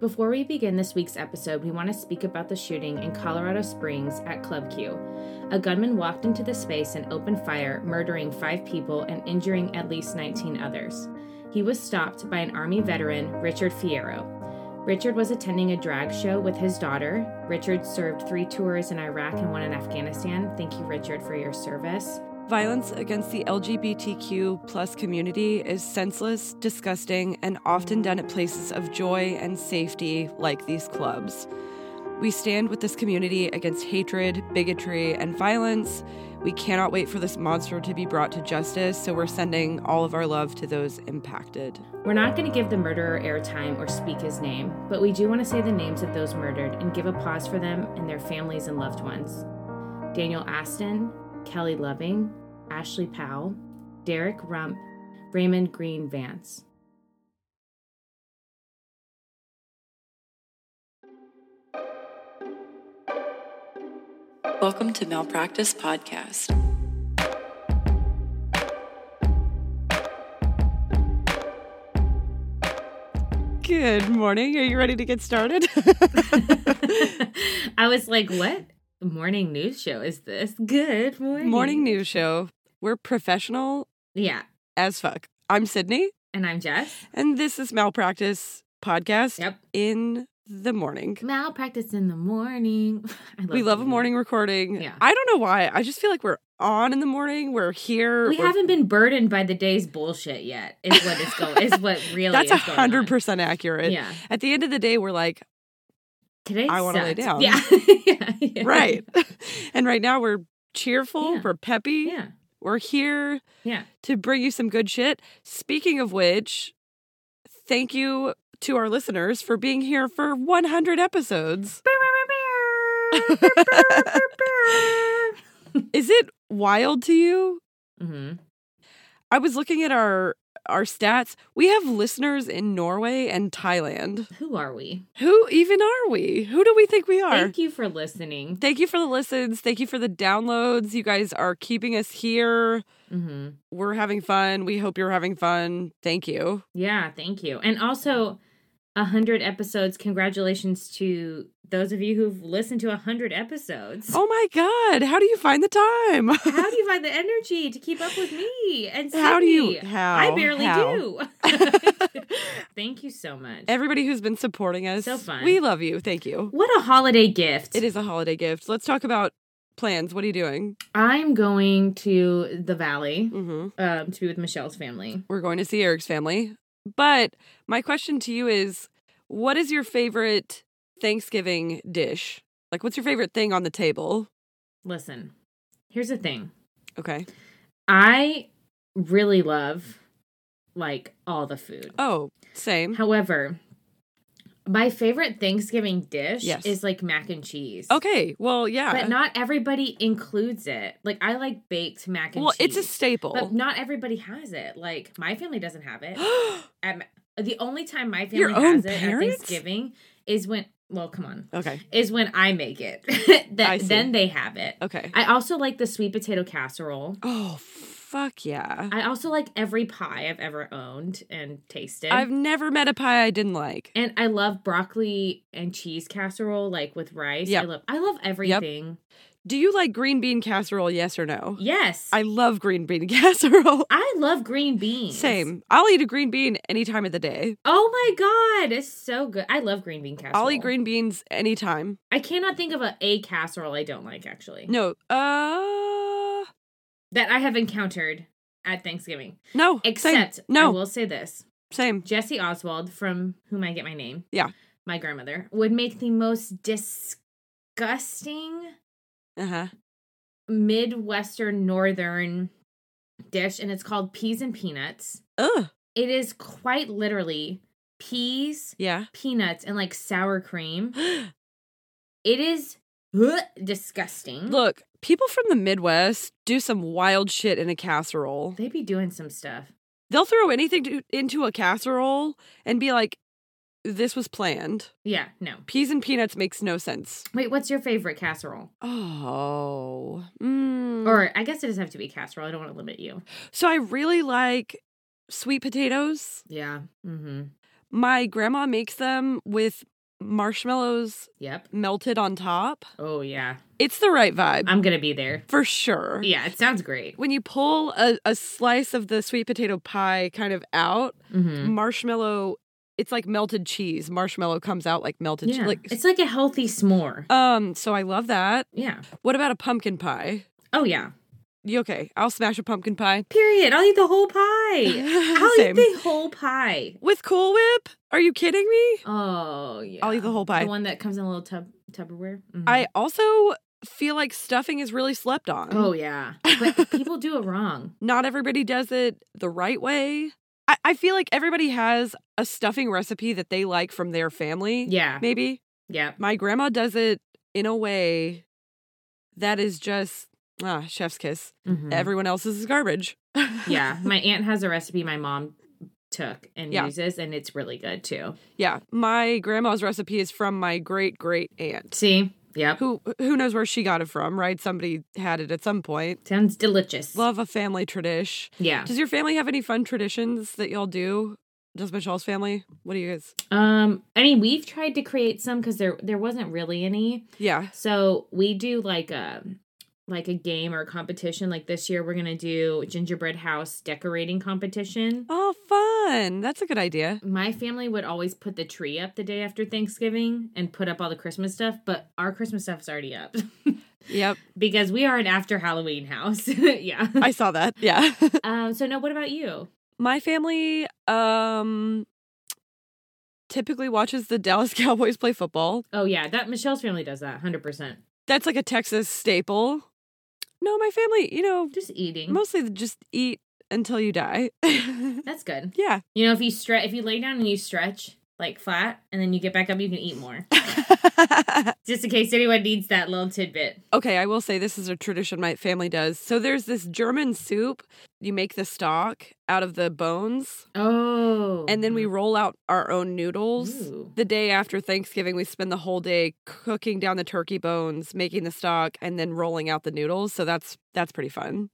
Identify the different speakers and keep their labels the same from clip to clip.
Speaker 1: Before we begin this week's episode, we want to speak about the shooting in Colorado Springs at Club Q. A gunman walked into the space and opened fire, murdering five people and injuring at least 19 others. He was stopped by an Army veteran, Richard Fierro. Richard was attending a drag show with his daughter. Richard served three tours in Iraq and one in Afghanistan. Thank you, Richard, for your service.
Speaker 2: Violence against the LGBTQ plus community is senseless, disgusting, and often done at places of joy and safety like these clubs. We stand with this community against hatred, bigotry, and violence. We cannot wait for this monster to be brought to justice, so we're sending all of our love to those impacted.
Speaker 1: We're not going to give the murderer airtime or speak his name, but we do want to say the names of those murdered and give a pause for them and their families and loved ones. Daniel Aston, Kelly Loving, Ashley Powell, Derek Rump, Raymond Green Vance.
Speaker 3: Welcome to Malpractice Podcast.
Speaker 2: Good morning. Are you ready to get started?
Speaker 1: I was like, what morning news show is this? Good morning.
Speaker 2: Morning news show. We're professional
Speaker 1: Yeah.
Speaker 2: as fuck. I'm Sydney,
Speaker 1: And I'm Jess.
Speaker 2: and this is Malpractice Podcast
Speaker 1: Yep.
Speaker 2: in the morning.
Speaker 1: Malpractice in the morning. I love
Speaker 2: we love a
Speaker 1: that.
Speaker 2: morning recording.
Speaker 1: Yeah.
Speaker 2: I don't know why. I just feel like we're on in the morning. We're here.
Speaker 1: We
Speaker 2: We're-
Speaker 1: haven't been burdened by the day's bullshit yet. Is what is going. Is what really.
Speaker 2: That's
Speaker 1: is
Speaker 2: a
Speaker 1: going on.
Speaker 2: hundred percent accurate.
Speaker 1: Yeah.
Speaker 2: At the end of the day, we're like,
Speaker 1: Today.
Speaker 2: I wanna lay
Speaker 1: sucked.
Speaker 2: down.
Speaker 1: Yeah. yeah, yeah.
Speaker 2: right. and right now we're cheerful.
Speaker 1: Yeah.
Speaker 2: We're peppy.
Speaker 1: Yeah.
Speaker 2: We're here
Speaker 1: Yeah.
Speaker 2: to bring you some good shit. Speaking of which, thank you to our listeners for being here for 100 episodes. Is it wild to you
Speaker 1: hmm
Speaker 2: I was looking at our our stats. We have listeners in Norway and Thailand.
Speaker 1: Who are we?
Speaker 2: Who even are we? Who do we think we are?
Speaker 1: Thank you for listening.
Speaker 2: Thank you for the listens. Thank you for the downloads. You guys are keeping us here.
Speaker 1: hmm
Speaker 2: We're having fun. We hope you're having fun. Thank you.
Speaker 1: Yeah. Thank you. And also, a hundred episodes. Congratulations to those of you who've listened to a hundred episodes.
Speaker 2: Oh my God. How do you find the time?
Speaker 1: How do you find the energy to keep up with me? And
Speaker 2: How do you?
Speaker 1: Sydney?
Speaker 2: How?
Speaker 1: I barely
Speaker 2: Oh, how?
Speaker 1: do. Thank you so much.
Speaker 2: Everybody who's been supporting us.
Speaker 1: So fun.
Speaker 2: We love you. Thank you.
Speaker 1: what a holiday gift.
Speaker 2: It is a holiday gift. Let's talk about plans. What are you doing?
Speaker 1: I'm going to the valley
Speaker 2: Mm-hmm.
Speaker 1: um, to be with Michelle's family.
Speaker 2: we're going to see Eric's family. But my question to you is what is your favorite Thanksgiving dish? Like, what's your favorite thing on the table?
Speaker 1: Listen, here's the thing.
Speaker 2: Okay.
Speaker 1: I really love like all the food.
Speaker 2: Oh, same.
Speaker 1: However, my favorite Thanksgiving dish
Speaker 2: Yes.
Speaker 1: is like mac and cheese.
Speaker 2: Okay. Well, yeah.
Speaker 1: But not everybody includes it. Like I like baked mac and
Speaker 2: well,
Speaker 1: cheese.
Speaker 2: it's a staple.
Speaker 1: But not everybody has it. Like my family doesn't have it. At ma- the only time my family
Speaker 2: Your own
Speaker 1: has it
Speaker 2: parents?
Speaker 1: at Thanksgiving is when well, come on,
Speaker 2: okay.
Speaker 1: is when I make it. that,
Speaker 2: I see.
Speaker 1: then they have it.
Speaker 2: Okay.
Speaker 1: I also like the sweet potato casserole.
Speaker 2: Oh, fuck yeah.
Speaker 1: I also like every pie I've ever owned and tasted.
Speaker 2: I've never met a pie I didn't like.
Speaker 1: and I love broccoli and cheese casserole, like with rice.
Speaker 2: Yep.
Speaker 1: I love I love everything.
Speaker 2: Do you like green bean casserole? Yes or no?
Speaker 1: Yes. I,
Speaker 2: I love green bean casserole.
Speaker 1: love green beans.
Speaker 2: Same. I'll eat a green bean any time of the day.
Speaker 1: Oh my god, it's so good. I love green bean casserole.
Speaker 2: I'll eat green beans anytime.
Speaker 1: I cannot think of a, a casserole I don't like actually
Speaker 2: No. Uh
Speaker 1: that I have encountered at Thanksgiving.
Speaker 2: no.
Speaker 1: Except
Speaker 2: same.
Speaker 1: I
Speaker 2: no,
Speaker 1: will say this:
Speaker 2: same.
Speaker 1: Jesse Oswald, from whom I get my name,
Speaker 2: Yeah.
Speaker 1: my grandmother would make the most disgusting
Speaker 2: Uh-huh.
Speaker 1: Midwestern Northern dish, and it's called peas and peanuts.
Speaker 2: Ugh.
Speaker 1: It is quite literally peas,
Speaker 2: Yeah.
Speaker 1: peanuts, and like sour cream. It is ugh, disgusting.
Speaker 2: Look, people from the Midwest do some wild shit in a casserole.
Speaker 1: they be doing some stuff.
Speaker 2: They'll throw anything to, into a casserole and be like, "This was planned."
Speaker 1: Yeah, no.
Speaker 2: Peas and peanuts makes no sense.
Speaker 1: Wait, what's your favorite casserole?
Speaker 2: Oh. Mm.
Speaker 1: Or I guess it doesn't have to be casserole. I don't want to limit you.
Speaker 2: so I really like sweet potatoes,
Speaker 1: Yeah. Mm-hmm.
Speaker 2: My grandma makes them with marshmallows
Speaker 1: Yep.
Speaker 2: melted on top.
Speaker 1: Oh, yeah.
Speaker 2: It's the right vibe
Speaker 1: I'm going to be there.
Speaker 2: for sure.
Speaker 1: Yeah, it sounds great.
Speaker 2: When you pull a, a slice of the sweet potato pie kind of out,
Speaker 1: Mm-hmm.
Speaker 2: marshmallow, it's like melted cheese. Marshmallow comes out like melted cheese.
Speaker 1: Yeah.
Speaker 2: Like,
Speaker 1: It's like a healthy s'more.
Speaker 2: um, so I love that.
Speaker 1: Yeah.
Speaker 2: What about a pumpkin pie?
Speaker 1: Oh, yeah.
Speaker 2: You okay? I'll smash a pumpkin pie.
Speaker 1: Period. I'll eat the whole pie. I'll
Speaker 2: Same.
Speaker 1: eat the whole pie.
Speaker 2: With Cool Whip? Are you kidding me?
Speaker 1: Oh, yeah.
Speaker 2: I'll eat the whole pie.
Speaker 1: The one that comes in a little tub Tupperware. Mhm.
Speaker 2: I also feel like stuffing is really slept on.
Speaker 1: Oh yeah, but people do it wrong.
Speaker 2: Not everybody does it the right way. I, I feel like everybody has a stuffing recipe that they like from their family.
Speaker 1: Yeah,
Speaker 2: Maybe.
Speaker 1: yeah.
Speaker 2: My grandma does it in a way that is just ah, chef's kiss.
Speaker 1: mhm.
Speaker 2: Everyone else's is garbage.
Speaker 1: yeah, my aunt has a recipe my mom took and
Speaker 2: Yeah.
Speaker 1: uses, and it's really good too.
Speaker 2: yeah. My grandma's recipe is from my great great aunt.
Speaker 1: See, yep,
Speaker 2: Who who knows where she got it from, right? Somebody had it at some point.
Speaker 1: sounds delicious.
Speaker 2: Love a family tradition.
Speaker 1: yeah.
Speaker 2: Does your family have any fun traditions that y'all do? Does Michelle's family? What do you guys?
Speaker 1: Um, I mean, we've tried to create some because there there wasn't really any.
Speaker 2: Yeah.
Speaker 1: So we do like a like a game or a competition. Like this year, we're gonna do gingerbread house decorating competition.
Speaker 2: Oh, fun. That's a good idea.
Speaker 1: my family would always put the tree up the day after Thanksgiving and put up all the Christmas stuff, but our Christmas stuff is already up
Speaker 2: Yep.
Speaker 1: because we are an after Halloween house. yeah.
Speaker 2: I saw that. Yeah.
Speaker 1: Um, so no, what about you?
Speaker 2: My family um typically watches the Dallas Cowboys play football.
Speaker 1: Oh yeah, that Michelle's family does that 100%.
Speaker 2: That's like a Texas staple. No, my family, you know,
Speaker 1: Just eating.
Speaker 2: mostly they just eat until you die.
Speaker 1: That's good.
Speaker 2: yeah.
Speaker 1: You know, if you stretch if you lay down and you stretch like flat and then you get back up, you can eat more. Just in case anyone needs that little tidbit.
Speaker 2: okay, I will say this is a tradition my family does. So there's this German soup. You make the stock out of the bones,
Speaker 1: Oh.
Speaker 2: and then we roll out our own noodles.
Speaker 1: Ooh.
Speaker 2: The day after Thanksgiving, we spend the whole day cooking down the turkey bones, making the stock, and then rolling out the noodles. So that's that's pretty fun.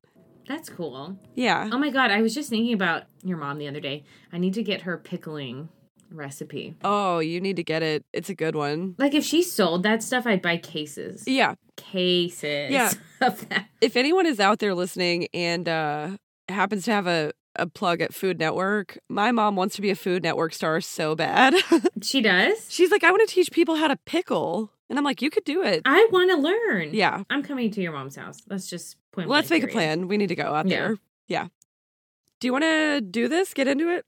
Speaker 1: That's cool.
Speaker 2: Yeah.
Speaker 1: Oh my god, I was just thinking about your mom the other day. I need to get her pickling recipe.
Speaker 2: Oh, you need to get it. It's a good one.
Speaker 1: Like if she sold that stuff, I'd buy cases.
Speaker 2: Yeah.
Speaker 1: Cases
Speaker 2: Yeah.
Speaker 1: of that.
Speaker 2: If anyone is out there listening and uh happens to have a a plug at Food Network. My mom wants to be a Food Network star so bad.
Speaker 1: She does?
Speaker 2: She's like, I want to teach people how to pickle. And I'm like, you could do it.
Speaker 1: I want to learn.
Speaker 2: yeah.
Speaker 1: I'm coming to your mom's house. Let's just point
Speaker 2: Let's make
Speaker 1: blank
Speaker 2: a
Speaker 1: period.
Speaker 2: plan. We need to go out
Speaker 1: Yeah.
Speaker 2: there. Yeah. Do you want to do this? Get into it?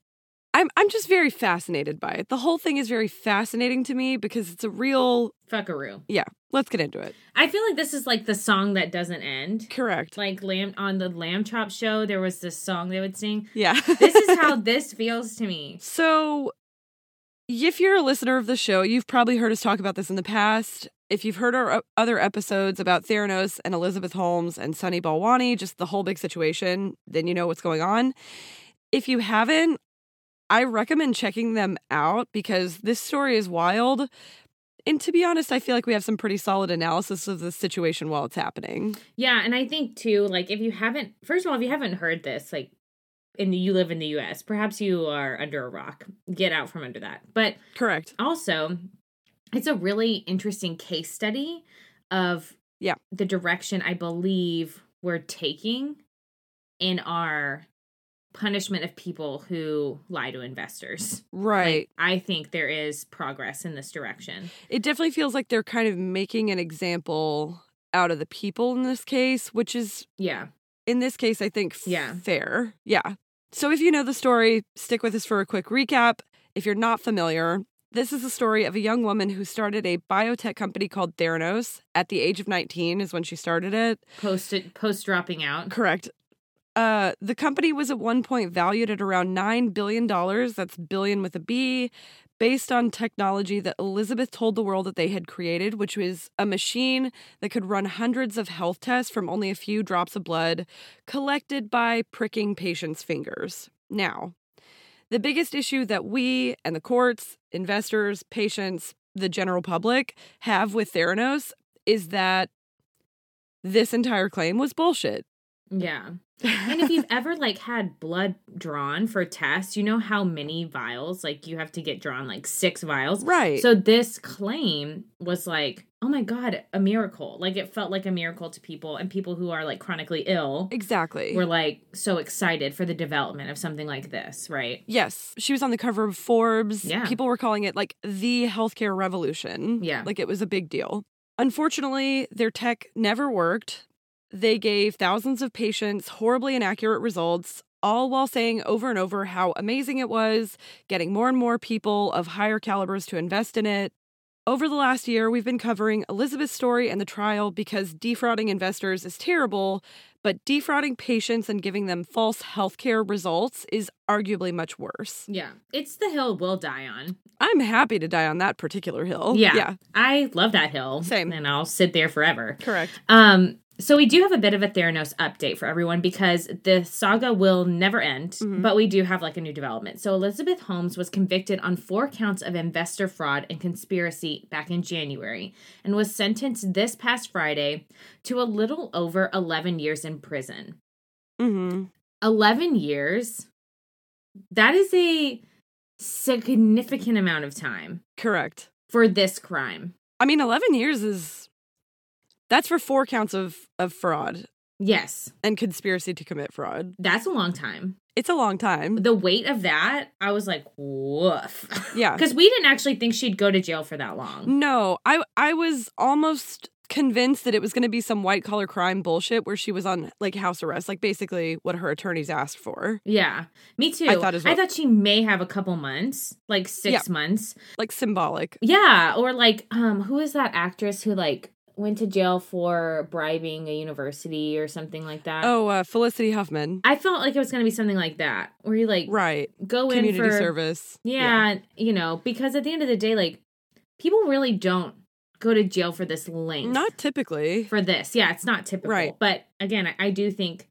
Speaker 2: I'm I'm just very fascinated by it. The whole thing is very fascinating to me because it's a real
Speaker 1: Fuckaroo.
Speaker 2: let's get into it.
Speaker 1: I feel like this is like the song that doesn't end.
Speaker 2: Correct.
Speaker 1: Like lamb on the lamb chop show, there was this song they would sing.
Speaker 2: Yeah.
Speaker 1: This is how this feels to me.
Speaker 2: So, if you're a listener of the show, you've probably heard us talk about this in the past. If you've heard our o- other episodes about Theranos and Elizabeth Holmes and Sunny Balwani, just the whole big situation, then you know what's going on. If you haven't, I recommend checking them out because this story is wild. And to be honest, I feel like we have some pretty solid analysis of the situation while it's happening.
Speaker 1: Yeah, and I think too, like if you haven't, first of all, if you haven't heard this, like, and you live in the U.S., perhaps you are under a rock. Get out from under that. But
Speaker 2: Correct.
Speaker 1: also, it's a really interesting case study of
Speaker 2: Yeah.
Speaker 1: the direction I believe we're taking in our punishment of people who lie to investors.
Speaker 2: Right.
Speaker 1: I think there is progress in this direction.
Speaker 2: It definitely feels like they're kind of making an example out of the people in this case, which is
Speaker 1: Yeah.
Speaker 2: in this case, I think f-
Speaker 1: Yeah.
Speaker 2: fair. Yeah. So if you know the story, stick with us for a quick recap. If you're not familiar, this is the story of a young woman who started a biotech company called Theranos at the age of 19 is when she started it.
Speaker 1: Post it, post dropping out.
Speaker 2: Correct. Uh, the company was at one point valued at around $9 billion. That's billion with a B, based on technology that Elizabeth told the world that they had created, which was a machine that could run hundreds of health tests from only a few drops of blood collected by pricking patients' fingers. Now, the biggest issue that we and the courts, investors, patients, the general public have with Theranos is that this entire claim was bullshit.
Speaker 1: Yeah. And if you've ever like had blood drawn for tests, you know how many vials like you have to get drawn like 6 vials.
Speaker 2: right.
Speaker 1: So this claim was like, "Oh my god, a miracle." Like it felt like a miracle to people and people who are like chronically ill
Speaker 2: exactly.
Speaker 1: were like so excited for the development of something like this, right?
Speaker 2: Yes, she was on the cover of Forbes.
Speaker 1: Yeah.
Speaker 2: People were calling it like the healthcare revolution.
Speaker 1: Yeah.
Speaker 2: Like it was a big deal. Unfortunately, their tech never worked. They gave thousands of patients horribly inaccurate results, all while saying over and over how amazing it was, getting more and more people of higher calibers to invest in it. Over the last year, we've been covering Elizabeth's story and the trial because defrauding investors is terrible, but defrauding patients and giving them false healthcare results is arguably much worse.
Speaker 1: Yeah. It's the hill we'll die on.
Speaker 2: I'm happy to die on that particular hill.
Speaker 1: Yeah. I love that hill.
Speaker 2: Same.
Speaker 1: And I'll sit there forever.
Speaker 2: correct.
Speaker 1: Um, so we do have a bit of a Theranos update for everyone because the saga will never end,
Speaker 2: Mhm.
Speaker 1: but we do have like a new development. So Elizabeth Holmes was convicted on four counts of investor fraud and conspiracy back in January and was sentenced this past Friday to a little over 11 years in prison.
Speaker 2: Mm-hmm.
Speaker 1: 11 years. That is a significant amount of time
Speaker 2: Correct.
Speaker 1: for this crime.
Speaker 2: I mean, 11 years is that's for four counts of, of fraud
Speaker 1: Yes,
Speaker 2: and conspiracy to commit fraud.
Speaker 1: that's a long time.
Speaker 2: It's a long time.
Speaker 1: the weight of that, I was like, woof.
Speaker 2: Yeah. Mm.
Speaker 1: Because we didn't actually think she'd go to jail for that long.
Speaker 2: No, I I was almost convinced that it was going to be some white collar crime bullshit where she was on like house arrest, like basically what her attorneys asked for,
Speaker 1: Yeah. Me too.
Speaker 2: I thought as well.
Speaker 1: she may have a couple months, like six months.
Speaker 2: like symbolic.
Speaker 1: Yeah. Or like, um, who is that actress who like went to jail for bribing a university or something like that?
Speaker 2: Oh, uh, Felicity Huffman,
Speaker 1: I felt like it was gonna be something like that. Where you like
Speaker 2: right?
Speaker 1: go in
Speaker 2: Community
Speaker 1: for
Speaker 2: service.
Speaker 1: Yeah, you know, because at the end of the day, like people really don't go to jail for this length.
Speaker 2: not typically.
Speaker 1: for this. Yeah, it's not typical.
Speaker 2: Right.
Speaker 1: But again, I, I do think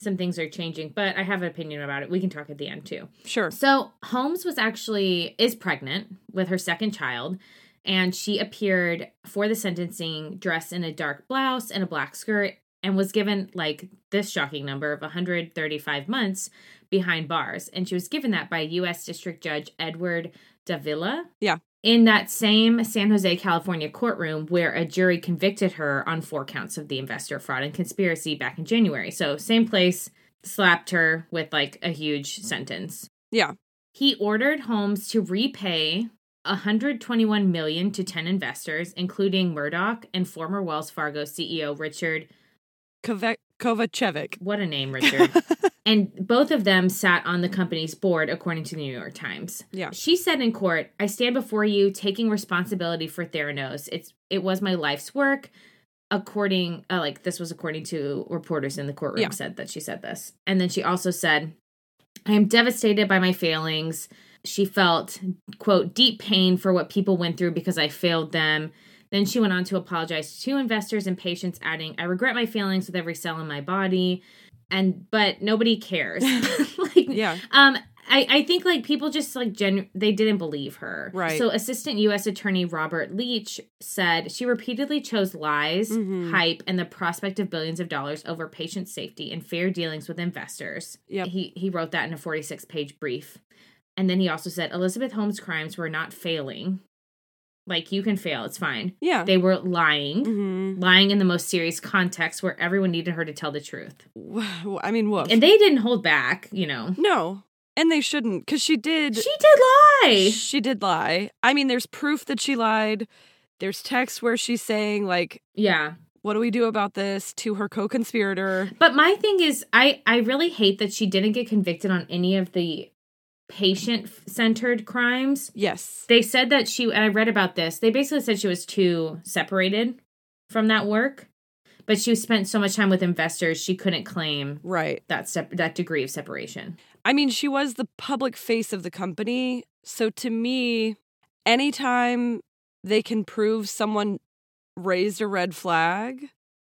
Speaker 1: some things are changing, but I have an opinion about it. We can talk at the end too.
Speaker 2: Sure.
Speaker 1: So Holmes was actually is pregnant with her second child, and she appeared for the sentencing dressed in a dark blouse and a black skirt and was given like this shocking number of 135 months behind bars and she was given that by US District Judge Edward Davila
Speaker 2: Yeah.
Speaker 1: in that same San Jose California courtroom where a jury convicted her on four counts of the investor fraud and conspiracy back in January so same place slapped her with like a huge sentence
Speaker 2: Yeah.
Speaker 1: he ordered Holmes to repay 121 million to 10 investors, including Murdoch and former Wells Fargo CEO Richard.
Speaker 2: Kove- Kovacevic.
Speaker 1: What a name, Richard. and both of them sat on the company's board, according to the New York Times.
Speaker 2: Yeah.
Speaker 1: She said in court, I stand before you taking responsibility for Theranos. It's it was my life's work. According uh, like this was according to reporters in the courtroom
Speaker 2: Yeah.
Speaker 1: said that she said this. And then she also said, I am devastated by my failings. She felt, quote, deep pain for what people went through because I failed them. Then she went on to apologize to investors and patients, adding, I regret my failings with every cell in my body. And but nobody cares. like
Speaker 2: Yeah.
Speaker 1: um, I, I think like people just like gen they didn't believe her.
Speaker 2: Right.
Speaker 1: So assistant US attorney Robert Leach said she repeatedly chose lies,
Speaker 2: Mhm.
Speaker 1: hype, and the prospect of billions of dollars over patient safety and fair dealings with investors.
Speaker 2: Yep.
Speaker 1: He he wrote that in a 46 page brief. And then he also said Elizabeth Holmes' crimes were not failing. Like you can fail, it's fine.
Speaker 2: Yeah.
Speaker 1: They were lying.
Speaker 2: Mhm.
Speaker 1: Lying in the most serious context where everyone needed her to tell the truth.
Speaker 2: Wow. I mean, woof.
Speaker 1: And they didn't hold back, you know.
Speaker 2: no, and they shouldn't, because she did.
Speaker 1: She did lie.
Speaker 2: she did lie. I mean, there's proof that she lied. There's text where she's saying like,
Speaker 1: Yeah.
Speaker 2: "What do we do about this?" to her co-conspirator.
Speaker 1: But my thing is I I really hate that she didn't get convicted on any of the patient centered crimes.
Speaker 2: Yes.
Speaker 1: They said that she and I read about this. They basically said she was too separated from that work, but she spent so much time with investors she couldn't claim
Speaker 2: Right.
Speaker 1: that sep- that degree of separation.
Speaker 2: I mean, she was the public face of the company. So to me, anytime they can prove someone raised a red flag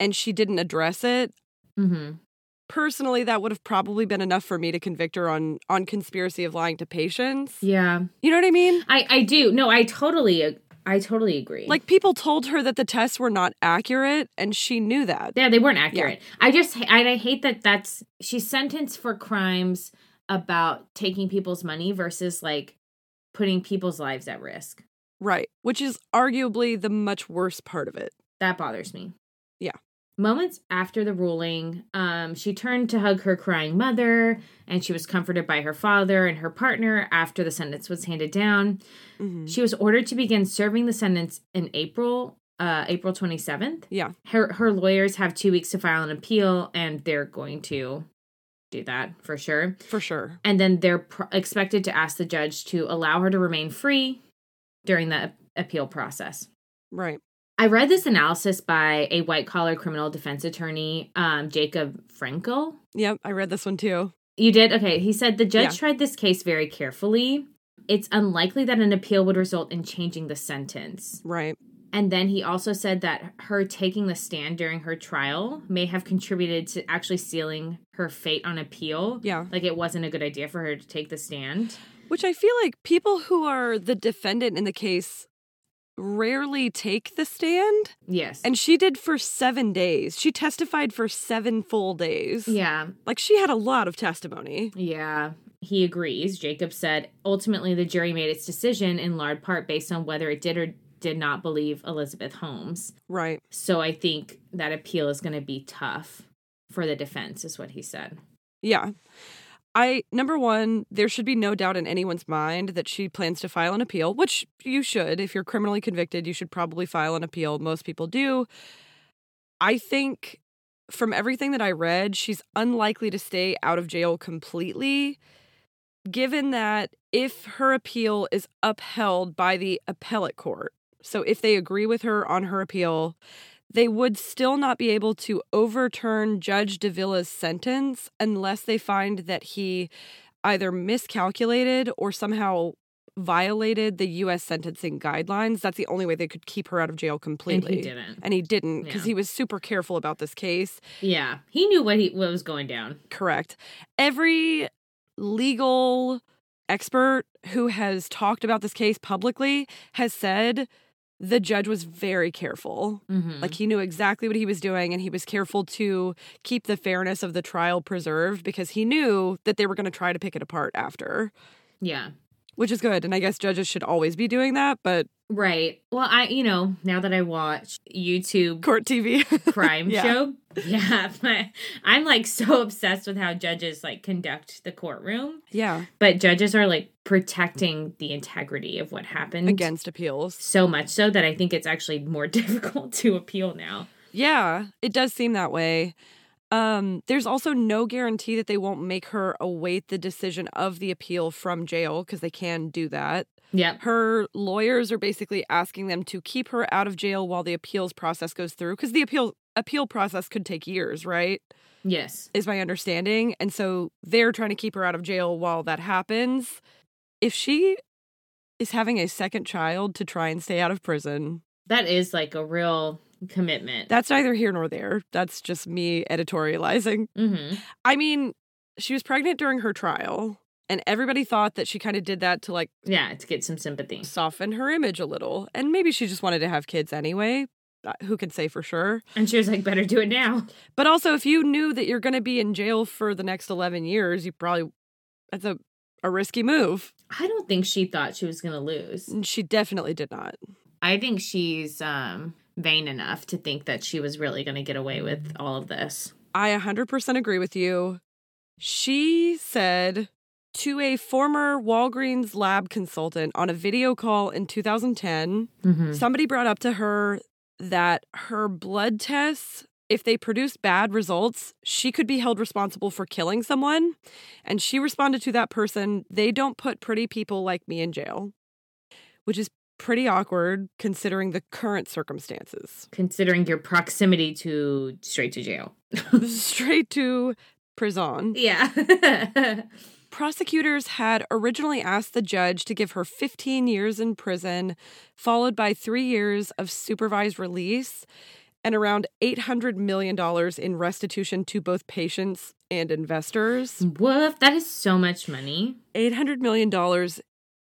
Speaker 2: and she didn't address it,
Speaker 1: Mhm.
Speaker 2: personally that would have probably been enough for me to convict her on on conspiracy of lying to patients.
Speaker 1: Yeah.
Speaker 2: You know what I mean?
Speaker 1: I I do. No, I totally I totally agree.
Speaker 2: Like people told her that the tests were not accurate, and she knew that.
Speaker 1: yeah, they weren't accurate. I just ha- I, I hate that that's she's sentenced for crimes about taking people's money versus like putting people's lives at risk.
Speaker 2: Right, which is arguably the much worse part of it.
Speaker 1: That bothers me.
Speaker 2: Yeah.
Speaker 1: Moments after the ruling, um, she turned to hug her crying mother, and she was comforted by her father and her partner after the sentence was handed down.
Speaker 2: Mhm.
Speaker 1: She was ordered to begin serving the sentence in April, uh, April 27th.
Speaker 2: Yeah.
Speaker 1: Her, her lawyers have two weeks to file an appeal, and they're going to do that for sure.
Speaker 2: For sure.
Speaker 1: And then they're pr- expected to ask the judge to allow her to remain free during the appeal process.
Speaker 2: Right.
Speaker 1: I read this analysis by a white collar criminal defense attorney, um, Jacob Frankel.
Speaker 2: Yep, I read this one too.
Speaker 1: You did? Okay. He said the judge
Speaker 2: Yeah.
Speaker 1: tried this case very carefully. It's unlikely that an appeal would result in changing the sentence.
Speaker 2: Right.
Speaker 1: And then he also said that her taking the stand during her trial may have contributed to actually sealing her fate on appeal.
Speaker 2: Yeah.
Speaker 1: Like it wasn't a good idea for her to take the stand.
Speaker 2: Which I feel like people who are the defendant in the case rarely take the stand.
Speaker 1: Yes.
Speaker 2: And she did for seven days. She testified for seven full days.
Speaker 1: yeah.
Speaker 2: Like she had a lot of testimony.
Speaker 1: Yeah, he agrees. Jacob said, ultimately, the jury made its decision in large part based on whether it did or did not believe Elizabeth Holmes.
Speaker 2: Right.
Speaker 1: So I think that appeal is going to be tough for the defense, is what he said.
Speaker 2: Yeah. I, number one, there should be no doubt in anyone's mind that she plans to file an appeal, which you should. If you're criminally convicted, you should probably file an appeal. Most people do. I think from everything that I read, she's unlikely to stay out of jail completely, given that if her appeal is upheld by the appellate court, so if they agree with her on her appeal, they would still not be able to overturn Judge Davila's sentence unless they find that he either miscalculated or somehow violated the U.S. sentencing guidelines. That's the only way they could keep her out of jail
Speaker 1: And
Speaker 2: completely.
Speaker 1: he didn't.
Speaker 2: And he didn't because
Speaker 1: Yeah.
Speaker 2: he was super careful about this case.
Speaker 1: Yeah, he knew what he what was going down.
Speaker 2: Correct. Every legal expert who has talked about this case publicly has said the judge was very careful.
Speaker 1: hmm
Speaker 2: Like he knew exactly what he was doing and he was careful to keep the fairness of the trial preserved because he knew that they were going to try to pick it apart after,
Speaker 1: yeah,
Speaker 2: which is good. And I guess judges should always be doing that, but
Speaker 1: Mm-hmm. right. Well, I you know now that I watch YouTube
Speaker 2: court TV.
Speaker 1: crime
Speaker 2: Yeah.
Speaker 1: show, yeah, my, I'm like so obsessed with how judges like conduct the courtroom.
Speaker 2: yeah.
Speaker 1: but judges are like protecting the integrity of what happened
Speaker 2: Against appeals.
Speaker 1: so much so that i think it's actually more difficult to appeal now
Speaker 2: Yeah, it does seem that way. Um, there's also no guarantee that they won't make her await the decision of the appeal from jail because they can do that.
Speaker 1: yep
Speaker 2: Her lawyers are basically asking them to keep her out of jail while the appeals process goes through because the appeal appeal process could take years, right?
Speaker 1: yes
Speaker 2: Is my understanding. And so they're trying to keep her out of jail while that happens. If she is having a second child to try and stay out of prison,
Speaker 1: that is like a real commitment
Speaker 2: that's neither here nor there. That's just me editorializing.
Speaker 1: mm-hmm.
Speaker 2: I mean, she was pregnant during her trial, and everybody thought that she kind of did that to like
Speaker 1: yeah to get some sympathy
Speaker 2: soften her image a little. And maybe she just wanted to have kids anyway. Uh, Who can say for sure?
Speaker 1: and she was like better do it now
Speaker 2: But also, if you knew that you're going to be in jail for the next 11 years, you probably, that's a, a risky move.
Speaker 1: i don't think she thought she was gonna lose
Speaker 2: And she definitely did not.
Speaker 1: i think she's um vain enough to think that she was really gonna get away with all of this
Speaker 2: I 100% agree with you. She said to a former Walgreens lab consultant on a video call in 2010
Speaker 1: mm-hmm.
Speaker 2: Somebody brought up to her that her blood tests, if they produced bad results, she could be held responsible for killing someone. And she responded to that person, they don't put pretty people like me in jail, which is pretty awkward considering the current circumstances.
Speaker 1: considering your proximity to straight to jail
Speaker 2: Straight to prison.
Speaker 1: yeah
Speaker 2: Prosecutors had originally asked the judge to give her 15 years in prison, followed by three years of supervised release and around $800 million in restitution to both patients and investors.
Speaker 1: Woof, that is so much money.
Speaker 2: $800 million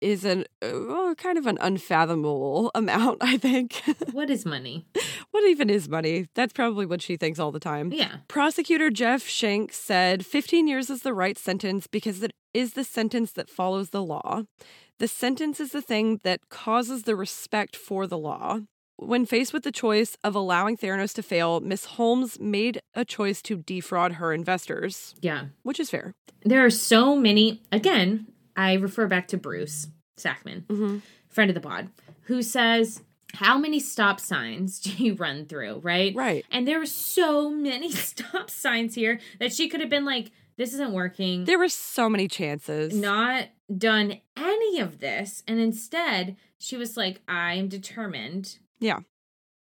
Speaker 2: is an uh, kind of an unfathomable amount, I think.
Speaker 1: What is money?
Speaker 2: what even is money? That's probably what she thinks all the time.
Speaker 1: Yeah.
Speaker 2: Prosecutor Jeff Schenck said 15 years is the right sentence because it is the sentence that follows the law. The sentence is the thing that causes the respect for the law. When faced with the choice of allowing Theranos to fail, Miss Holmes made a choice to defraud her investors,
Speaker 1: Yeah.
Speaker 2: which is fair.
Speaker 1: There are so many. Again, I refer back to Bruce Sackman,
Speaker 2: Mm-hmm.
Speaker 1: friend of the pod, who says, How many stop signs do you run through? Right?
Speaker 2: Right.
Speaker 1: And there were so many stop signs here that she could have been like, This isn't working.
Speaker 2: There were so many chances.
Speaker 1: not done any of this. And instead, she was like, I am determined
Speaker 2: Yeah.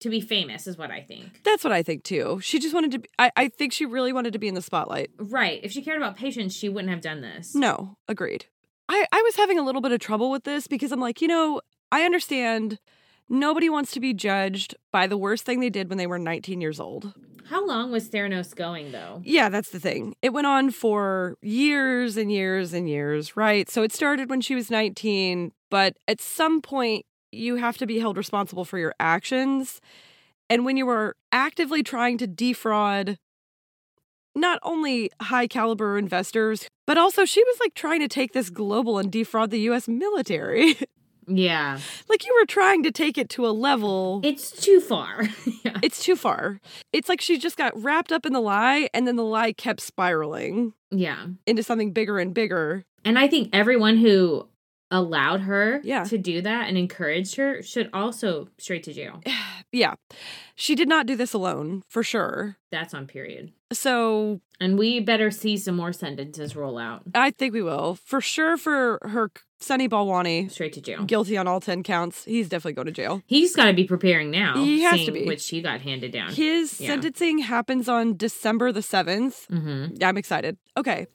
Speaker 1: to be famous, is what I think.
Speaker 2: That's what I think too. She just wanted to be, I, I think she really wanted to be in the spotlight.
Speaker 1: Right. If she cared about patients, she wouldn't have done this.
Speaker 2: No, agreed. I, I was having a little bit of trouble with this because I'm like, you know, I understand nobody wants to be judged by the worst thing they did when they were 19 years old.
Speaker 1: How long was Theranos going, though?
Speaker 2: Yeah, that's the thing. It went on for years and years and years, right? So it started when she was 19, but at some point, you have to be held responsible for your actions. And when you were actively trying to defraud not only high caliber investors, but also she was like trying to take this global and defraud the US military.
Speaker 1: Yeah.
Speaker 2: like you were trying to take it to a level
Speaker 1: It's too far. yeah.
Speaker 2: it's too far. It's like she just got wrapped up in the lie and then the lie kept spiraling
Speaker 1: Yeah.
Speaker 2: into something bigger and bigger.
Speaker 1: And I think everyone who allowed her
Speaker 2: Yeah.
Speaker 1: to do that and encouraged her should also straight to jail.
Speaker 2: Yeah. She did not do this alone, for sure.
Speaker 1: That's on period.
Speaker 2: So
Speaker 1: And we better see some more sentences roll out.
Speaker 2: I think we will. For sure for her Sunny Balwani,
Speaker 1: Straight to jail.
Speaker 2: guilty on all 10 counts, he's definitely going to jail.
Speaker 1: He's got to be preparing now.
Speaker 2: He has to
Speaker 1: seeing
Speaker 2: be.
Speaker 1: What she got handed down.
Speaker 2: His
Speaker 1: Yeah.
Speaker 2: sentencing happens on December the 7th.
Speaker 1: mm-hmm.
Speaker 2: I'm excited. Okay.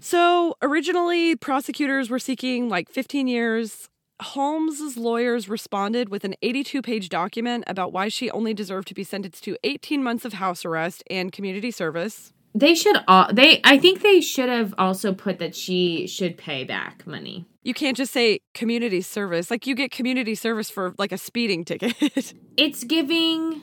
Speaker 2: so originally, prosecutors were seeking like 15 years. Holmes's lawyers responded with an 82-page document about why she only deserved to be sentenced to 18 months of house arrest and community service.
Speaker 1: They should all they I think they should have also put that she should pay back money.
Speaker 2: You can't just say community service. Like you get community service for like a speeding ticket.
Speaker 1: It's giving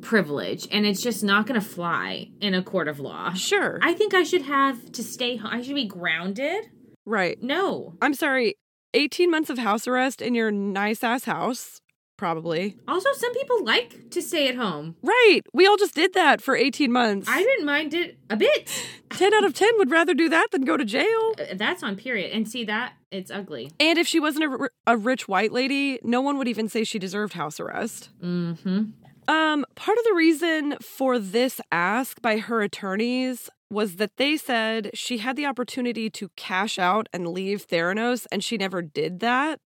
Speaker 1: privilege and it's just not going to fly in a court of law.
Speaker 2: sure.
Speaker 1: I think I should have to stay home. I should be grounded.
Speaker 2: right.
Speaker 1: No.
Speaker 2: I'm sorry. 18 months of house arrest in your nice ass house, probably.
Speaker 1: Also some people like to stay at home.
Speaker 2: Right. We all just did that for 18 months.
Speaker 1: I didn't mind it a bit.
Speaker 2: 10 out of 10 would rather do that than go to jail.
Speaker 1: Uh, That's on period. And see that it's ugly.
Speaker 2: And if she wasn't a, a rich white lady, no one would even say she deserved house arrest.
Speaker 1: Mhm.
Speaker 2: Um, part of the reason for this ask by her attorneys was that they said she had the opportunity to cash out and leave Theranos, and she never did that.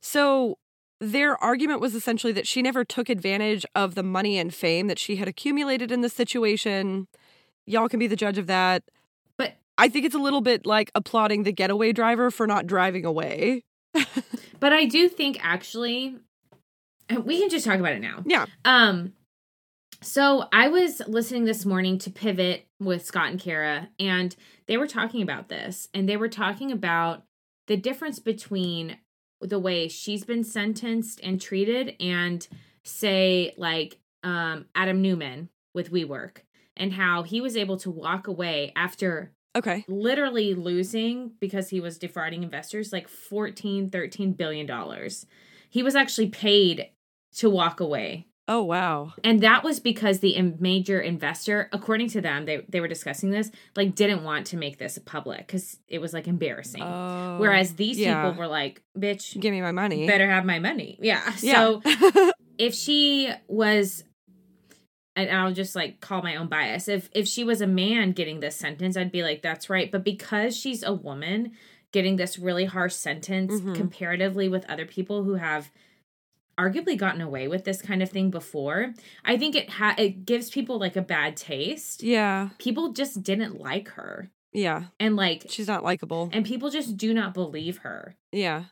Speaker 2: So their argument was essentially that she never took advantage of the money and fame that she had accumulated in this situation. Y'all can be the judge of that.
Speaker 1: But
Speaker 2: I think it's a little bit like applauding the getaway driver for not driving away.
Speaker 1: but I do think actually and we can just talk about it now.
Speaker 2: Yeah.
Speaker 1: Um so I was listening this morning to Pivot with Scott and Kara and they were talking about this and they were talking about the difference between the way she's been sentenced and treated and say like um Adam Newman with WeWork and how he was able to walk away after
Speaker 2: Okay.
Speaker 1: literally losing because he was defrauding investors like 14 13 billion dollars he was actually paid to walk away
Speaker 2: Oh, wow.
Speaker 1: and that was because the im- major investor according to them they, they were discussing this like didn't want to make this public because it was like embarrassing
Speaker 2: Oh,
Speaker 1: whereas these
Speaker 2: yeah.
Speaker 1: people were like bitch
Speaker 2: give me my money.
Speaker 1: better have my money yeah, so
Speaker 2: Yeah.
Speaker 1: if she was and I'll just like call my own bias. If if she was a man getting this sentence, I'd be like, that's right. But because she's a woman getting this really harsh sentence
Speaker 2: Mhm.
Speaker 1: comparatively with other people who have arguably gotten away with this kind of thing before, I think it ha- it gives people like a bad taste.
Speaker 2: yeah.
Speaker 1: People just didn't like her.
Speaker 2: Yeah.
Speaker 1: And like
Speaker 2: She's not likable.
Speaker 1: and people just do not believe her.
Speaker 2: Yeah.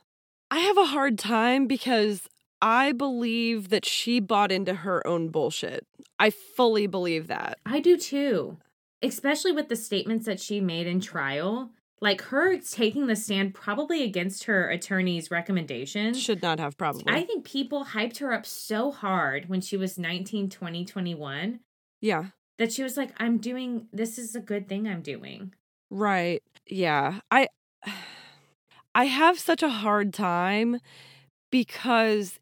Speaker 2: I have a hard time because I believe that she bought into her own bullshit. I fully believe that.
Speaker 1: I do too. Especially with the statements that she made in trial Like her taking the stand probably against her attorney's recommendations.
Speaker 2: Should not have probably.
Speaker 1: I think people hyped her up so hard when she was 19, 20, 21
Speaker 2: yeah.
Speaker 1: that she was like, I'm doing this is a good thing I'm doing.
Speaker 2: Right. Yeah. I I have such a hard time because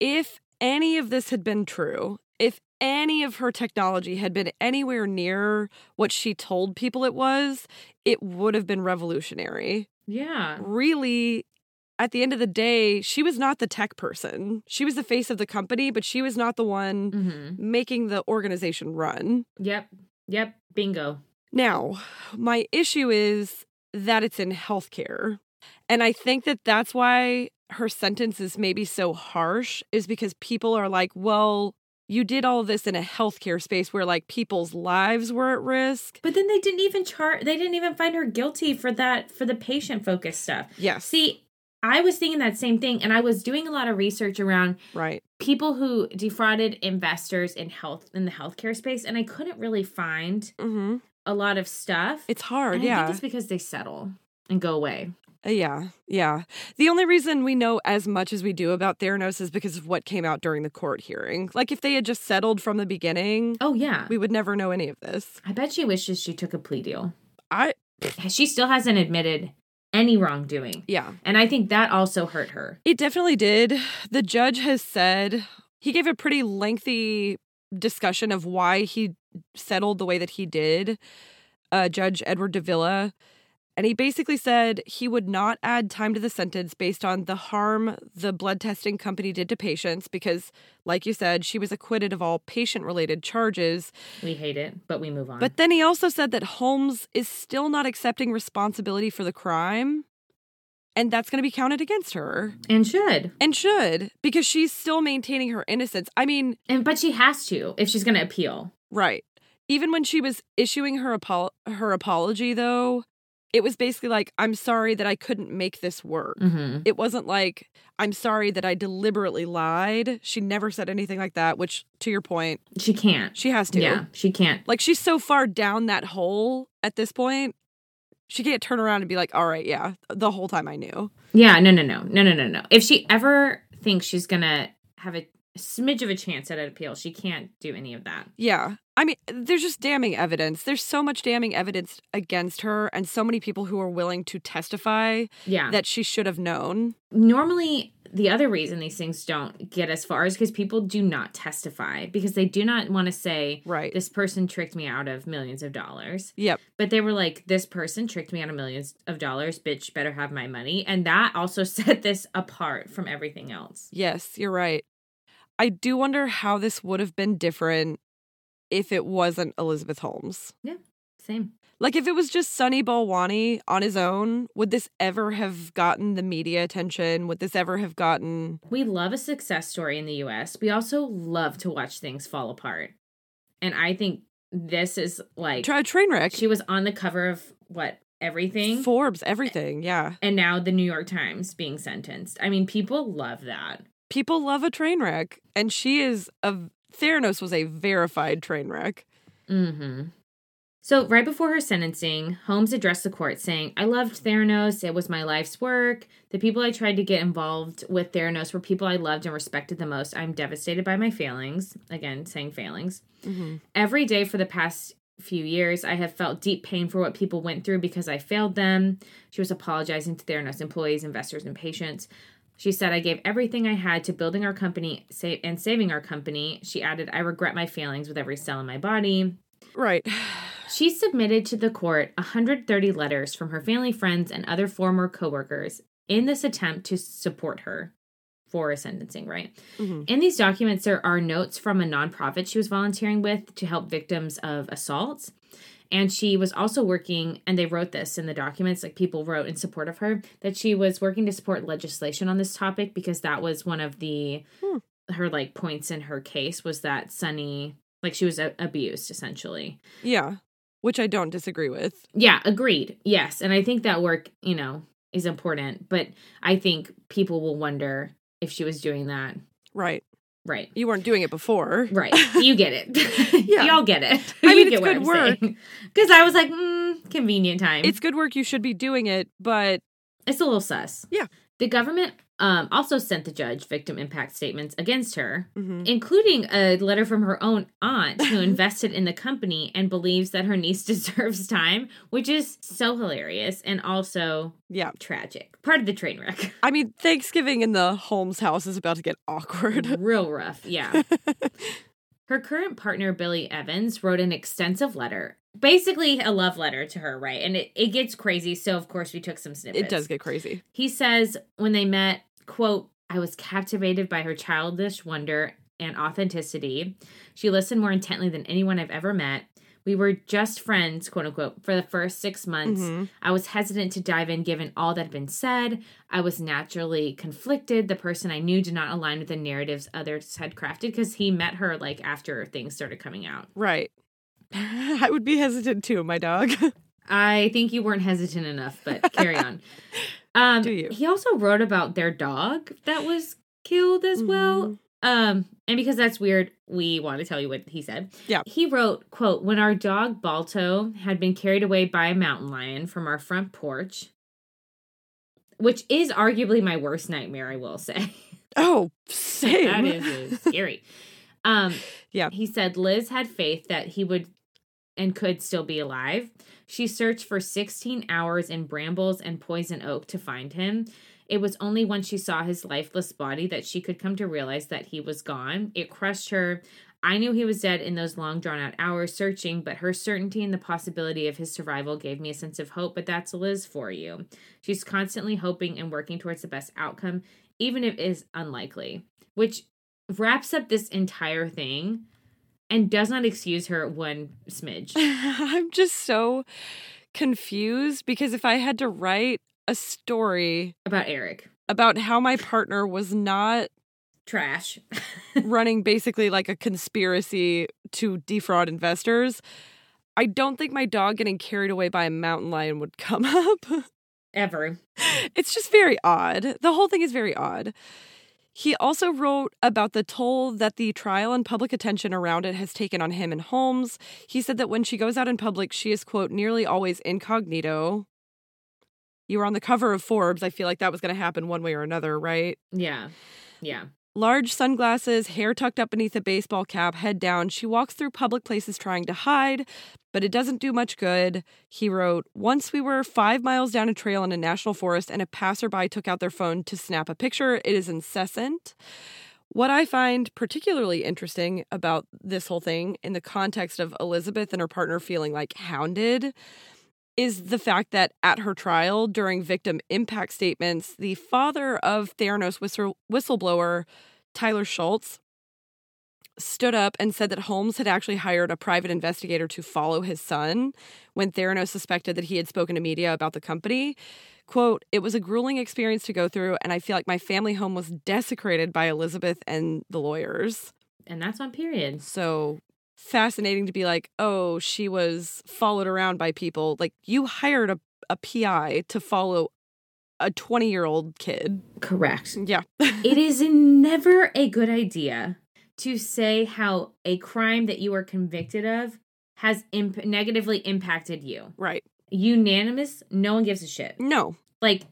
Speaker 2: if any of this had been true, if any of her technology had been anywhere near what she told people it was, it would have been revolutionary.
Speaker 1: Yeah.
Speaker 2: Really, at the end of the day, she was not the tech person. She was the face of the company, but she was not the one
Speaker 1: Mm-hmm.
Speaker 2: making the organization run.
Speaker 1: Yep. Yep. Bingo.
Speaker 2: Now, my issue is that it's in healthcare. And I think that that's why her sentence is maybe so harsh, is because people are like, well, you did all this in a healthcare space where like people's lives were at risk.
Speaker 1: But then they didn't even chart. They didn't even find her guilty for that for the patient focused stuff.
Speaker 2: Yes.
Speaker 1: See, I was thinking that same thing, and I was doing a lot of research around
Speaker 2: right.
Speaker 1: people who defrauded investors in health in the healthcare space, and I couldn't really find
Speaker 2: Mm-hmm.
Speaker 1: a lot of stuff.
Speaker 2: It's hard.
Speaker 1: And I
Speaker 2: yeah.
Speaker 1: think it's because they settle and go away.
Speaker 2: Uh, Yeah, yeah. The only reason we know as much as we do about Theranos is because of what came out during the court hearing. Like, if they had just settled from the beginning,
Speaker 1: Oh yeah,
Speaker 2: we would never know any of this.
Speaker 1: I bet she wishes she took a plea deal.
Speaker 2: I,
Speaker 1: She still hasn't admitted any wrongdoing,
Speaker 2: yeah.
Speaker 1: and I think that also hurt her.
Speaker 2: It definitely did. The judge has said he gave a pretty lengthy discussion of why he settled the way that he did, uh, Judge Edward Davila. And he basically said he would not add time to the sentence based on the harm the blood testing company did to patients because, like you said, she was acquitted of all patient related charges.
Speaker 1: We hate it, but we move on.
Speaker 2: But then he also said that Holmes is still not accepting responsibility for the crime, and that's going to be counted against her
Speaker 1: and should
Speaker 2: and should because she's still maintaining her innocence. I mean,
Speaker 1: and but she has to if she's going to appeal.
Speaker 2: right. Even when she was issuing her apo- her apology though, it was basically like I'm sorry that I couldn't make this work.
Speaker 1: Mm-hmm.
Speaker 2: It wasn't like I'm sorry that I deliberately lied. She never said anything like that, which to your point,
Speaker 1: She can't.
Speaker 2: she has to.
Speaker 1: Yeah, she can't.
Speaker 2: Like she's so far down that hole at this point. She can't turn around and be like, "All right, yeah, the whole time I knew."
Speaker 1: Yeah, no, no, no, no, no, no, no. If she ever thinks she's gonna have a smidge of a chance at an appeal, she can't do any of that.
Speaker 2: Yeah. I mean, there's just damning evidence. There's so much damning evidence against her and so many people who are willing to testify
Speaker 1: Yeah.
Speaker 2: that she should have known.
Speaker 1: Normally, the other reason these things don't get as far is because people do not testify because they do not want to say
Speaker 2: Right.
Speaker 1: this person tricked me out of millions of dollars.
Speaker 2: Yep.
Speaker 1: But they were like, this person tricked me out of millions of dollars. Bitch, better have my money. And that also set this apart from everything else.
Speaker 2: Yes, you're right. I do wonder how this would have been different if it wasn't Elizabeth Holmes.
Speaker 1: Same.
Speaker 2: Like if it was just Sonny Balwani on his own, would this ever have gotten the media attention? Would this ever have gotten
Speaker 1: We love a success story in the US. We also love to watch things fall apart. And I think this is like
Speaker 2: Try a train wreck?
Speaker 1: she was on the cover of what everything
Speaker 2: Forbes, everything, yeah.
Speaker 1: and now the New York Times being sentenced. I mean, people love that.
Speaker 2: people love a train wreck and she is a theranos was a verified train wreck
Speaker 1: Mhm. So, right before her sentencing, Holmes addressed the court saying, I loved Theranos. It was my life's work. The people I tried to get involved with Theranos were people I loved and respected the most. I'm devastated by my failings. Again, saying failings. Every day for the past few years, I have felt deep pain for what people went through because I failed them. She was apologizing to Theranos employees, investors, and patients. She said, I gave everything I had to building our company sa- and saving our company. She added, I regret my failings with every cell in my body.
Speaker 2: right
Speaker 1: She submitted to the court 130 letters from her family, friends, and other former coworkers in this attempt to support her for a sentencing, right?
Speaker 2: Mhm.
Speaker 1: In these documents, there are notes from a nonprofit she was volunteering with to help victims of assaults. And she was also working, and they wrote this in the documents, like people wrote in support of her, that she was working to support legislation on this topic because that was one of the
Speaker 2: Hmm.
Speaker 1: her like points in her case was that Sunny like she was a- abused essentially.
Speaker 2: yeah which i don't disagree with
Speaker 1: Yeah, agreed. Yes. And I think that work, you know, is important. But I think people will wonder if she was doing that
Speaker 2: right
Speaker 1: Right.
Speaker 2: You weren't doing it before.
Speaker 1: Right. You get it.
Speaker 2: Yeah.
Speaker 1: Y'all get it.
Speaker 2: I mean,
Speaker 1: you
Speaker 2: it's
Speaker 1: get what
Speaker 2: good
Speaker 1: I'm
Speaker 2: work.
Speaker 1: Because I was like, mm, convenient time.
Speaker 2: It's good work. You should be doing it, but
Speaker 1: It's a little sus.
Speaker 2: Yeah.
Speaker 1: The government um, also sent the judge victim impact statements against her,
Speaker 2: Mhm.
Speaker 1: including a letter from her own aunt who invested in the company and believes that her niece deserves time, which is so hilarious and also
Speaker 2: yeah.
Speaker 1: tragic. Part of the train wreck.
Speaker 2: I mean, Thanksgiving in the Holmes house is about to get awkward.
Speaker 1: Real rough. Yeah. Her current partner, Billy Evans, wrote an extensive letter, basically a love letter to her, right? And it, it gets crazy. So, of course, we took some snippets.
Speaker 2: it does get crazy.
Speaker 1: He says when they met, quote, I was captivated by her childish wonder and authenticity. She listened more intently than anyone I've ever met. We were just friends, quote unquote, for the first six months.
Speaker 2: Mhm.
Speaker 1: I was hesitant to dive in given all that had been said. I was naturally conflicted. The person I knew did not align with the narratives others had crafted because he met her like after things started coming out.
Speaker 2: Right. I would be hesitant too, my dog.
Speaker 1: I think you weren't hesitant enough, but carry on. Um,
Speaker 2: Do you?
Speaker 1: He also wrote about their dog that was killed as well.
Speaker 2: Mm-hmm.
Speaker 1: Um, and because that's weird, we want to tell you what he said.
Speaker 2: Yeah.
Speaker 1: He wrote, quote, when our dog Balto had been carried away by a mountain lion from our front porch, which is arguably my worst nightmare, I will say.
Speaker 2: Oh, same.
Speaker 1: that is really scary. Um,
Speaker 2: Yeah.
Speaker 1: He said Liz had faith that he would and could still be alive. She searched for 16 hours in brambles and poison oak to find him. It was only when she saw his lifeless body that she could come to realize that he was gone. It crushed her. I knew he was dead in those long drawn out hours searching, but her certainty and the possibility of his survival gave me a sense of hope. But that's Liz for you. She's constantly hoping and working towards the best outcome, even if it is unlikely, which wraps up this entire thing and does not excuse her one smidge.
Speaker 2: I'm just so confused because if I had to write a story
Speaker 1: About Eric.
Speaker 2: about how my partner was not
Speaker 1: Trash.
Speaker 2: running basically like a conspiracy to defraud investors, I don't think my dog getting carried away by a mountain lion would come up.
Speaker 1: Ever.
Speaker 2: it's just very odd. The whole thing is very odd. He also wrote about the toll that the trial and public attention around it has taken on him and Holmes. He said that when she goes out in public, she is, quote, nearly always incognito. You were on the cover of Forbes. I feel like that was going to happen one way or another, right?
Speaker 1: Yeah. Yeah.
Speaker 2: Large sunglasses, hair tucked up beneath a baseball cap, head down. She walks through public places trying to hide, but it doesn't do much good. He wrote Once we were five miles down a trail in a national forest, and a passerby took out their phone to snap a picture. It is incessant. What I find particularly interesting about this whole thing in the context of Elizabeth and her partner feeling like hounded is the fact that at her trial during victim impact statements, the father of Theranos whistle- whistleblower Tyler Schultz stood up and said that Holmes had actually hired a private investigator to follow his son when Theranos suspected that he had spoken to media about the company. Quote, it was a grueling experience to go through, and I feel like my family home was desecrated by Elizabeth and the lawyers.
Speaker 1: And that's on periods.
Speaker 2: So fascinating to be like, oh, she was followed around by people. Like, you hired a, a PI to follow a 20 year old kid.
Speaker 1: Correct.
Speaker 2: Yeah.
Speaker 1: it is never a good idea to say how a crime that you are convicted of has imp- negatively impacted you.
Speaker 2: right.
Speaker 1: Unanimous, no one gives a shit.
Speaker 2: No,
Speaker 1: Like,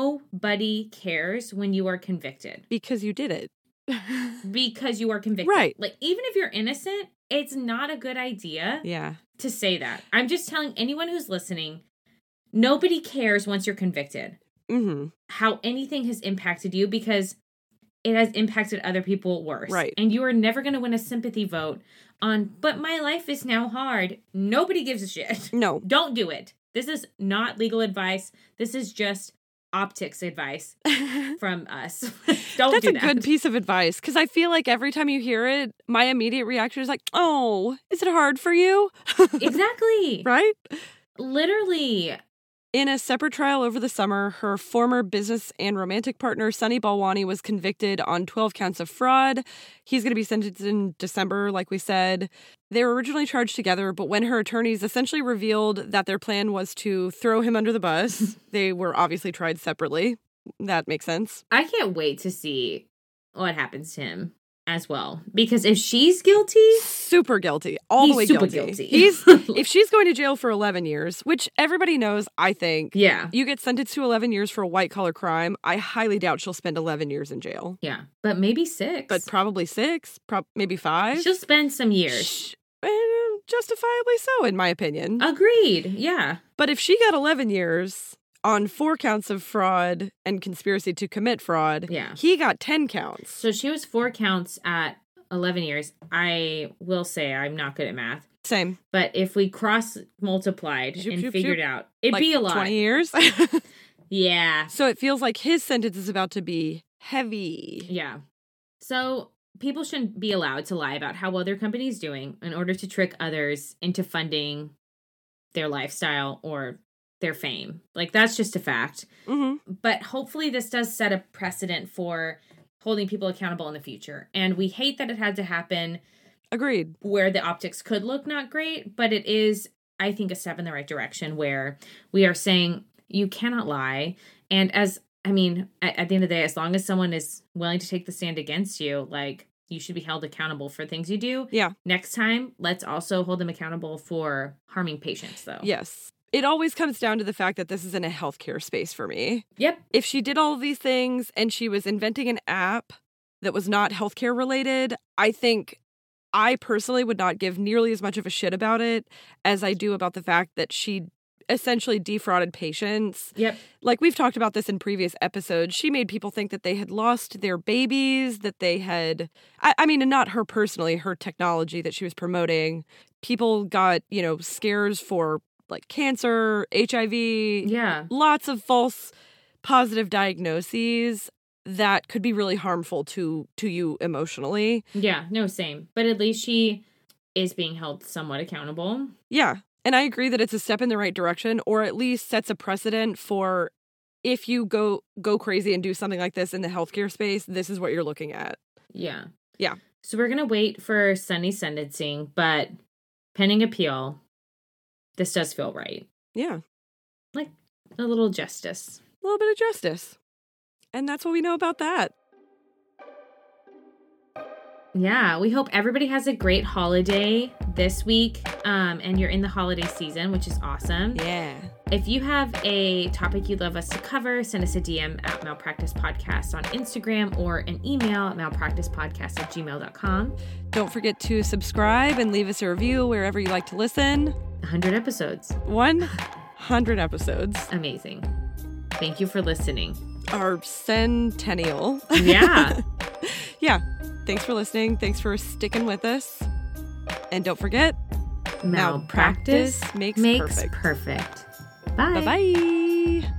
Speaker 1: nobody cares when you are convicted.
Speaker 2: because you did it.
Speaker 1: because you are convicted.
Speaker 2: Right.
Speaker 1: Like even if you're innocent, it's not a good idea
Speaker 2: yeah.
Speaker 1: to say that. I'm just telling anyone who's listening, nobody cares once you're convicted
Speaker 2: hmm
Speaker 1: how anything has impacted you because it has impacted other people worse.
Speaker 2: Right.
Speaker 1: And you are never going to win a sympathy vote on but my life is now hard. Nobody gives a shit.
Speaker 2: No.
Speaker 1: Don't do it. This is not legal advice. This is just optics advice from us. Don't
Speaker 2: That's
Speaker 1: do
Speaker 2: a
Speaker 1: that.
Speaker 2: good piece of advice because I feel like every time you hear it, my immediate reaction is like, oh, is it hard for you?
Speaker 1: exactly.
Speaker 2: Right?
Speaker 1: Literally.
Speaker 2: In a separate trial over the summer, her former business and romantic partner, Sunny Balwani, was convicted on 12 counts of fraud. He's going to be sentenced in December, like we said. They were originally charged together, but when her attorneys essentially revealed that their plan was to throw him under the bus, they were obviously tried separately. That makes sense.
Speaker 1: I can't wait to see what happens to him. as well. Because if she's guilty,
Speaker 2: super guilty, all
Speaker 1: He's
Speaker 2: the way
Speaker 1: super guilty.
Speaker 2: guilty. He's if she's going to jail for 11 years, which everybody knows, I think.
Speaker 1: yeah.
Speaker 2: You get sentenced to 11 years for a white collar crime. I highly doubt she'll spend 11 years in jail,
Speaker 1: Yeah. But maybe six.
Speaker 2: but probably six, prob maybe five.
Speaker 1: she'll spend some years.
Speaker 2: Sh- eh, Justifiably so, in my opinion.
Speaker 1: Uh. Agreed. Yeah.
Speaker 2: But if she got 11 years on four counts of fraud and conspiracy to commit fraud,
Speaker 1: Yeah.
Speaker 2: he got 10 counts.
Speaker 1: So she was four counts at 11 years. I will say I'm not good at math,
Speaker 2: Same.
Speaker 1: but if we cross multiplied
Speaker 2: Zoop,
Speaker 1: and
Speaker 2: zoop,
Speaker 1: figured
Speaker 2: zoop.
Speaker 1: out, it'd
Speaker 2: Like
Speaker 1: be a lot.
Speaker 2: 20 years.
Speaker 1: Yeah.
Speaker 2: so it feels like his sentence is about to be heavy.
Speaker 1: Yeah. So people shouldn't be allowed to lie about how well their company's doing in order to trick others into funding their lifestyle or their fame. Like that's just a fact.
Speaker 2: hmm
Speaker 1: But hopefully this does set a precedent for holding people accountable in the future. And we hate that it had to happen
Speaker 2: Agreed.
Speaker 1: where the optics could look not great, but it is, I think, a step in the right direction where we are saying you cannot lie. And as I mean, at, at the end of the day, as long as someone is willing to take the stand against you, like you should be held accountable for things you do.
Speaker 2: Yeah.
Speaker 1: Next time, let's also hold them accountable for harming patients, though.
Speaker 2: Yes. It always comes down to the fact that this is in a healthcare space for me.
Speaker 1: Yep.
Speaker 2: If she did all of these things and she was inventing an app that was not healthcare related, I think I personally would not give nearly as much of a shit about it as I do about the fact that she essentially defrauded patients.
Speaker 1: Yep.
Speaker 2: Like we've talked about this in previous episodes, she made people think that they had lost their babies, that they had, I, I mean, and not her personally, her technology that she was promoting. People got, you know, scares for like cancer, HIV,
Speaker 1: Yeah.
Speaker 2: lots of false positive diagnoses that could be really harmful to to you emotionally.
Speaker 1: Yeah. No, same. But at least she is being held somewhat accountable.
Speaker 2: Yeah. And I agree that it's a step in the right direction or at least sets a precedent for if you go go crazy and do something like this in the healthcare space, this is what you're looking at.
Speaker 1: Yeah.
Speaker 2: Yeah.
Speaker 1: So we're going to wait for Sunny sentencing, but pending appeal, this does feel right.
Speaker 2: Yeah.
Speaker 1: A little justice.
Speaker 2: A little bit of justice. And that's what we know about that.
Speaker 1: Yeah, we hope everybody has a great holiday this week um, and you're in the holiday season, which is awesome.
Speaker 2: Yeah.
Speaker 1: If you have a topic you'd love us to cover, send us a DM at malpractice podcast on Instagram or an email at malpracticepodcast at gmail.com.
Speaker 2: Don't forget to subscribe and leave us a review wherever you like to listen.
Speaker 1: 100 episodes.
Speaker 2: 100 episodes.
Speaker 1: Amazing. Thank you for listening.
Speaker 2: Our centennial.
Speaker 1: Yeah.
Speaker 2: yeah. Thanks for listening. Thanks for sticking with us. And don't forget,
Speaker 1: malpractice makes,
Speaker 2: makes perfect.
Speaker 1: perfect. Bye.
Speaker 2: bye bye.